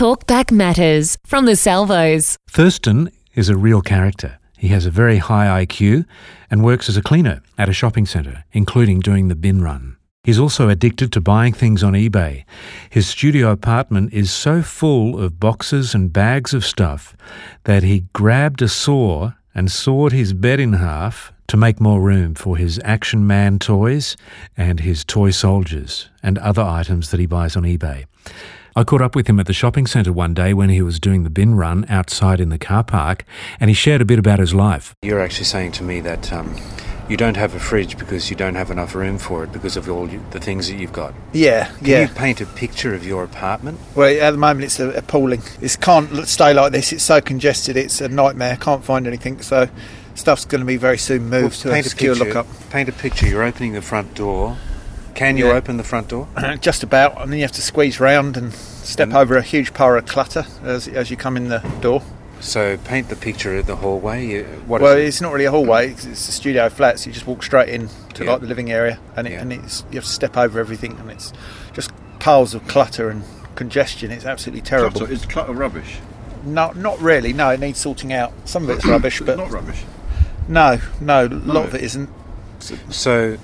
Talkback Matters from the Salvos. Thurston is a real character. He has a very high IQ and works as a cleaner at a shopping centre, including doing the bin run. He's also addicted to buying things on eBay. His studio apartment is so full of boxes and bags of stuff that he grabbed a saw and sawed his bed in half to make more room for his Action Man toys and his toy soldiers and other items that he buys on eBay. I caught up with him at the shopping centre one day when he was doing the bin run outside in the car park, and he shared a bit about his life. You're actually saying to me that um, you don't have a fridge because you don't have enough room for it because of all you, the things that you've got. Yeah, Can yeah. you paint a picture of your apartment? Well, at the moment it's uh, appalling. It can't l- stay like this. It's so congested. It's a nightmare. Can't find anything. So stuff's going to be very soon moved to a secure picture. lookup. Paint a picture. You're opening the front door. Can you Yeah. open the front door? Just about, and then you have to squeeze round and step over a huge pile of clutter as, as you come in the door. So paint the picture of the hallway. You, what is well, it? it's not really a hallway. It's, it's a studio flat, so you just walk straight in to Yeah. like the living area, and it, Yeah. and it's you have to step over everything, and it's just piles of clutter and congestion. It's absolutely terrible. Clutter, is clutter rubbish? No, not really. No, it needs sorting out. Some of it's rubbish, but not rubbish. no, no, a lot of it isn't. So,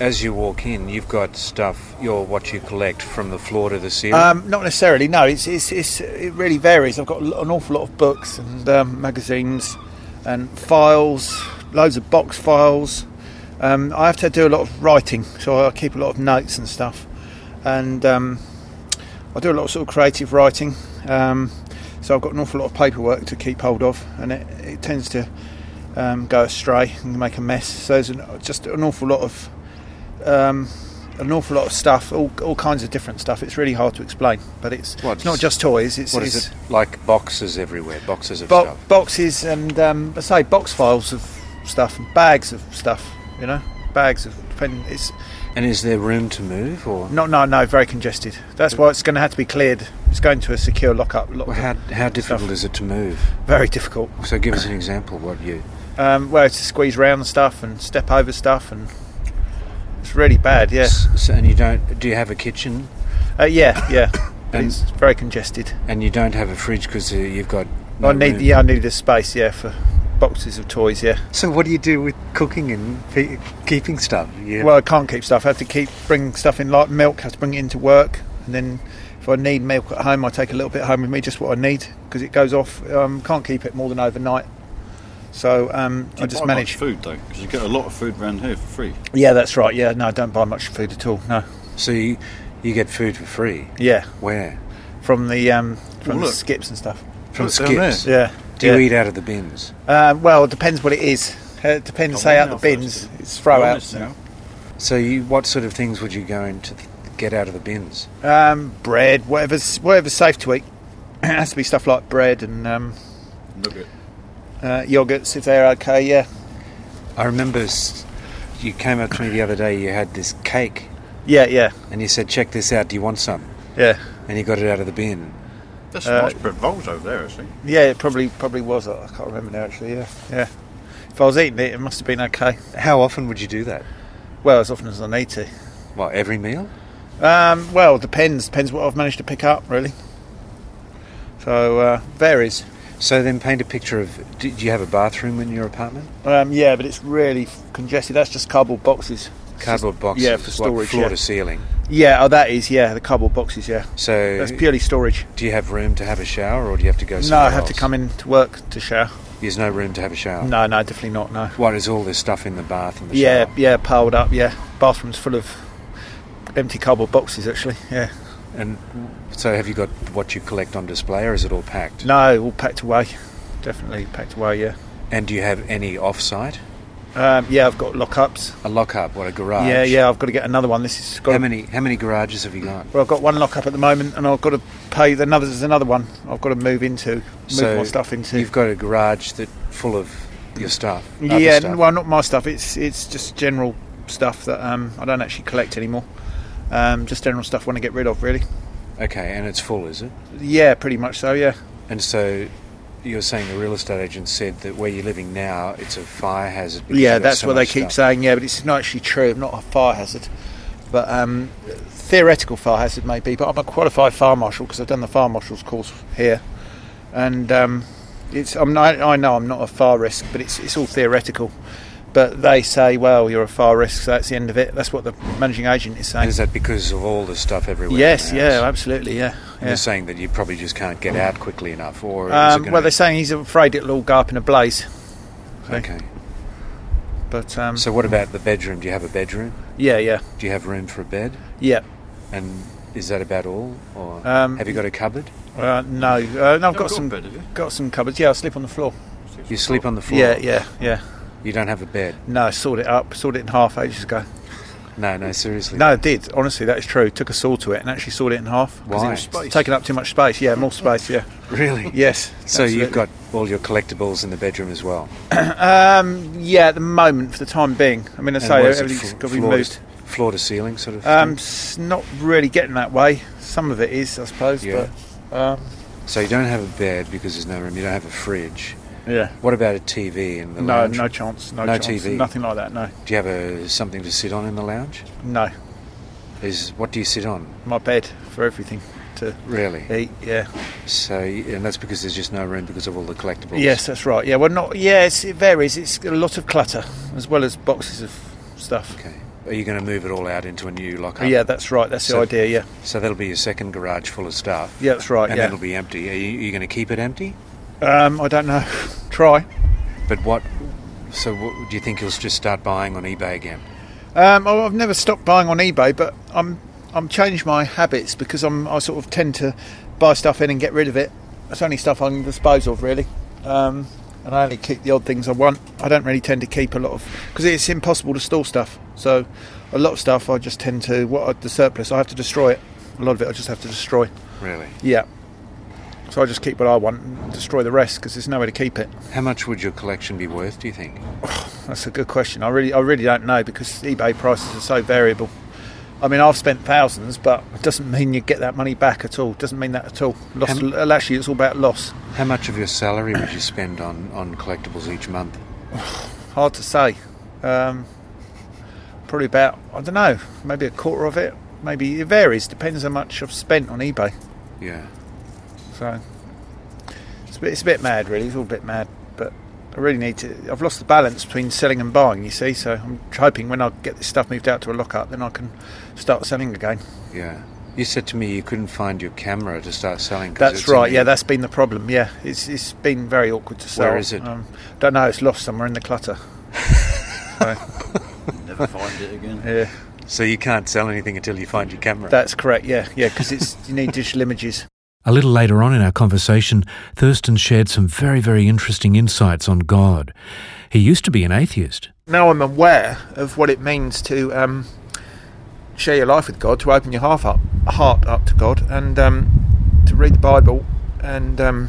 as you walk in, you've got stuff. You're what you collect from the floor to the ceiling. Um, not necessarily. No, it's, it's, it's it really varies. I've got l- an awful lot of books and um, magazines and files, loads of box files. Um, I have to do a lot of writing, so I keep a lot of notes and stuff, and um, I do a lot of sort of creative writing. Um, so I've got an awful lot of paperwork to keep hold of, and it, it tends to um, go astray and make a mess. So there's an, just an awful lot of um, an awful lot of stuff, all, all kinds of different stuff. It's really hard to explain, but it's, What's- it's not just toys. It's, what it's is it like? Boxes everywhere. Boxes of bo- stuff. boxes and um, I say box files of stuff and bags of stuff. You know, bags of depending. It's And is there room to move, or not no no very congested. That's why it's going to have to be cleared. It's going to a secure lockup. Lock- Well, how how difficult Stuff. is it to move? very difficult. So, give us an example. What you Um, where to squeeze round stuff and step over stuff and. It's really bad, yeah. S- So, and you don't. Do you have a kitchen? Uh, yeah, yeah. But And- it's very congested. And you don't have a fridge because you've got. no I need room. yeah, I need this space yeah for boxes of toys yeah. uh, So, what do you do with cooking and pe- keeping stuff? Yeah. Well, I can't keep stuff. I have to keep bringing stuff in like milk. I have to bring it into work, and then if I need milk at home, I take a little bit home with me, just what I need because it goes off. Um, can't keep it more than overnight. So um, I You just buy much manage. food though, because you get a lot of food around here for free. Yeah, that's right. Yeah, no, I don't buy much food at all. No. so you, you get food for free. Yeah, Where? from the um, from Well, the look. skips and stuff. From Look, down skips. there. Yeah. Do you yeah. eat out of the bins? Uh, well, it depends what it is. Uh, It depends. Say out the Come on now, bins. Thurston. It's throw out. Honest now. So, you, what sort of things would you go into th- get out of the bins? Um, bread, whatever's whatever's safe to eat. it has to be stuff like bread and um, Look at uh, yogurts if they're okay. Yeah, I remember s- you came up to me the other day. You had this cake, yeah, yeah, and you said, "Check this out. Do you want some?" yeah, And you got it out of the bin. that's Uh, nice bread rolls over there, actually. yeah. It probably probably was. I can't remember now actually. Yeah, yeah. If I was eating it, it must have been okay. How often would you do that? Well, as often as I need to. Well, every meal. Um, well, depends. Depends what I've managed to pick up really. So uh, varies. So then, paint a picture of. Do, do you have a bathroom in your apartment? Um, yeah, but it's really f- congested. That's just cardboard boxes. Cardboard boxes. yeah, for what, storage, floor yeah. to ceiling. Yeah, oh, that is. Yeah, the cardboard boxes. Yeah, So, that's purely storage. do you have room to have a shower, or do you have to go? No, Somewhere I have to come in to work to shower. There's no room to have a shower. No, no, definitely not. No. What is all this stuff in the bath and the yeah, shower? yeah, piled up. Yeah, bathrooms full of empty cardboard boxes. Actually, yeah. And so, have you got what you collect on display, or is it all packed? No, all packed away. Definitely packed away. Yeah. And do you have any off-site? Um, yeah, I've got lockups. A lockup, what a garage. Yeah, yeah. I've got to get another one. This is got. How many how many garages have you got? well, I've got one lockup at the moment, and I've got to pay. the- Another there's another one. I've got to move into, move So more stuff into. You've got a garage that full of your stuff. other yeah, stuff. well, not my stuff. It's it's just general stuff that um, I don't actually collect anymore. Um, just general stuff I want to get rid of, really. okay, and it's full, is it? Yeah, pretty much so. Yeah. And so you're saying the real estate agent said that where you're living now, it's a fire hazard. because Yeah, you've got that's so what they much keep stuff. saying. Yeah, but it's not actually true. Not a fire hazard, but um, theoretical fire hazard may be, but I'm a qualified fire marshal because I've done the fire marshal's course here, and um, it's I'm not, I know I'm not a fire risk, but it's it's all theoretical. But they say, well, you're a fire risk, so that's the end of it. That's what the managing agent is saying. Is that because of all the stuff everywhere? Yes, in the yeah, house? absolutely, yeah. And yeah. They're saying that you probably just can't get out quickly enough, or is it Um, gonna well, be- they're saying he's afraid it'll all go up in a blaze. okay. But um, So what about the bedroom? Do you have a bedroom? yeah, yeah, Do you have room for a bed? yeah. And is that about all, or Um, have you got a cupboard? Uh, no, uh, no, I've got some bed, have you? got some cupboards. Yeah, I sleep on the floor. You sleep on the floor. Yeah, yeah, yeah. You don't have a bed. No, I sawed it up, sawed it in half ages ago. No, no, seriously. No, it did. Honestly, that is true. Took a saw to it and actually sawed it in half. 'cause Why? It was space. taking up too much space. Yeah, more space. Yeah. Really? Yes. So you've absolutely. got all your collectibles in the bedroom as well. Um, yeah, at the moment, for the time being. I mean, I And say what is it, everything's fl- got to be floor to- moved. Floor to ceiling, sort of. Um, thing? s- not really getting that way. Some of it is, I suppose. Yeah. But um, so you don't have a bed because there's no room. You don't have a fridge. yeah. What about a TV in the No, lounge? no chance. No, No chance. TV. Nothing like that. No, Do you have a something to sit on in the lounge? no. Is what do you sit on My bed for everything to really? eat. Yeah. So and that's because there's just no room because of all the collectibles. Yes, that's right. Yeah, well, not. Yes, it varies. It's a lot of clutter as well as boxes of stuff. Okay. Are you going to move it all out into a new locker? Yeah, that's right. That's So- the idea. Yeah, So that'll be your second garage full of stuff. yeah, that's right. And yeah, that'll be empty. Are you, are you going to keep it empty? um, I don't know. Try. But what? So what, do you think you'll just start buying on eBay again? Um, I- I've never stopped buying on eBay, but I'm I'm changed my habits because I'm I sort of tend to buy stuff in and get rid of it. It's only stuff I can dispose of really, um, and I only keep the odd things I want. I don't really tend to keep a lot of because it's impossible to store stuff. So a lot of stuff I just tend to what I- the surplus I have to destroy it. A lot of it I just have to destroy. Really? Yeah. So I just keep what I want and destroy the rest because there's nowhere to keep it. How much would your collection be worth? Do you think? That's a good question. I really, I really don't know because eBay prices are so variable. I mean, I've spent thousands, but it doesn't mean you get that money back at all. Doesn't mean that at all. Loss, Hem- well, actually, it's all about loss. How much of your salary would you spend on, on collectibles each month? Hard to say. Um, probably about I don't know, maybe a quarter of it. Maybe it varies. Depends how much I've spent on eBay. Yeah. So it's a bit, it's a bit mad, really. It's all a bit mad, but I really need to. I've lost the balance between selling and buying, you see. So I'm hoping when I get this stuff moved out to a lockup, then I can start selling again. Yeah. You said to me you couldn't find your camera to start selling. 'cause That's it's in right. the- Yeah, that's been the problem. Yeah, it's it's been very awkward to sell. Where is it? Um, don't know. It's lost somewhere in the clutter. so, Never find it again. yeah, So you can't sell anything until you find your camera. that's correct. Yeah, yeah, because it's you need digital images. A little later on in our conversation, Thurston shared some very, very interesting insights on God. He used to be an atheist. now I'm aware of what it means to um, share your life with God, to open your heart up, heart up to God, and um, to read the Bible. And um,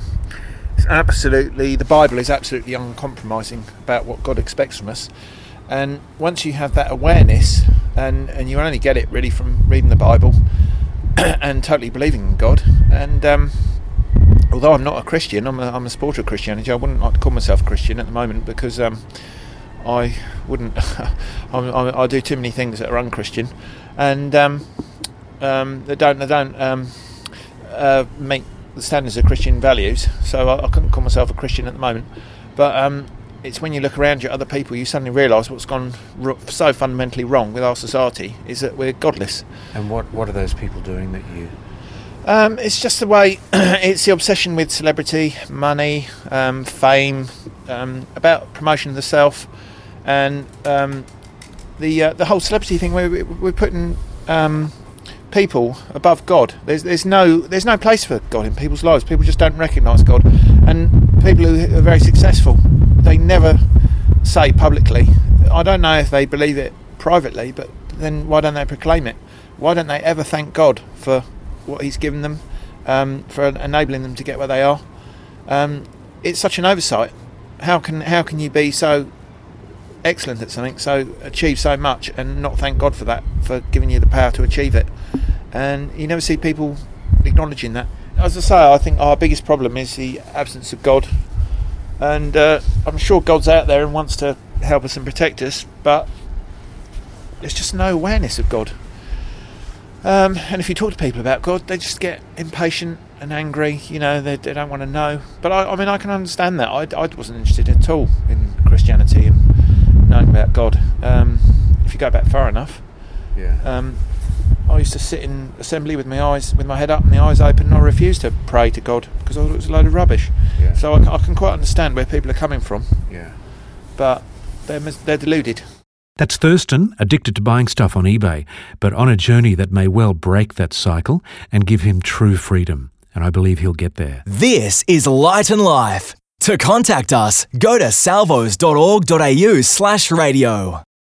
it's absolutely, the Bible is absolutely uncompromising about what God expects from us. And once you have that awareness, and, and you only get it really from reading the Bible and totally believing in God, and um, although I'm not a Christian, I'm a, I'm a supporter of Christianity. I wouldn't like to call myself a Christian at the moment because um, I wouldn't. I'm, I'm, I do too many things that are unchristian, and um, um, they don't they don't um, uh, meet the standards of Christian values. So I, I couldn't call myself a Christian at the moment. But um, it's when you look around you at other people, you suddenly realise what's gone ro- so fundamentally wrong with our society is that we're godless. And what, what are those people doing that you? Um, it's just the way it's the obsession with celebrity, money, um, fame, um, about promotion of the self, and um, the uh, the whole celebrity thing. We're, we're putting um, people above God. There's there's no there's no place for God in people's lives. People just don't recognise God, and people who are very successful, they never say publicly. I don't know if they believe it privately, but then why don't they proclaim it? Why don't they ever thank God for what He's given them, um, for enabling them to get where they are? Um, it's such an oversight. How can how can you be so excellent at something, so achieve so much, and not thank God for that, for giving you the power to achieve it? And you never see people acknowledging that. As I say, I think our biggest problem is the absence of God and uh, I'm sure God's out there and wants to help us and protect us, but there's just no awareness of God. Um, and if you talk to people about God, they just get impatient and angry. You know, they, they don't want to know. But I, I mean, I can understand that. I, I wasn't interested at all in Christianity and knowing about God. Um, if you go back far enough, Yeah. um, I used to sit in assembly with my eyes, with my head up and the eyes open, and I refused to pray to God because I thought it was a load of rubbish. Yeah. So I, I can quite understand where people are coming from, yeah. but they're, mis- they're deluded. That's Thurston, addicted to buying stuff on eBay, but on a journey that may well break that cycle and give him true freedom. And I believe he'll get there. This is Light and Life. To contact us, go to salvos.org.au slash radio.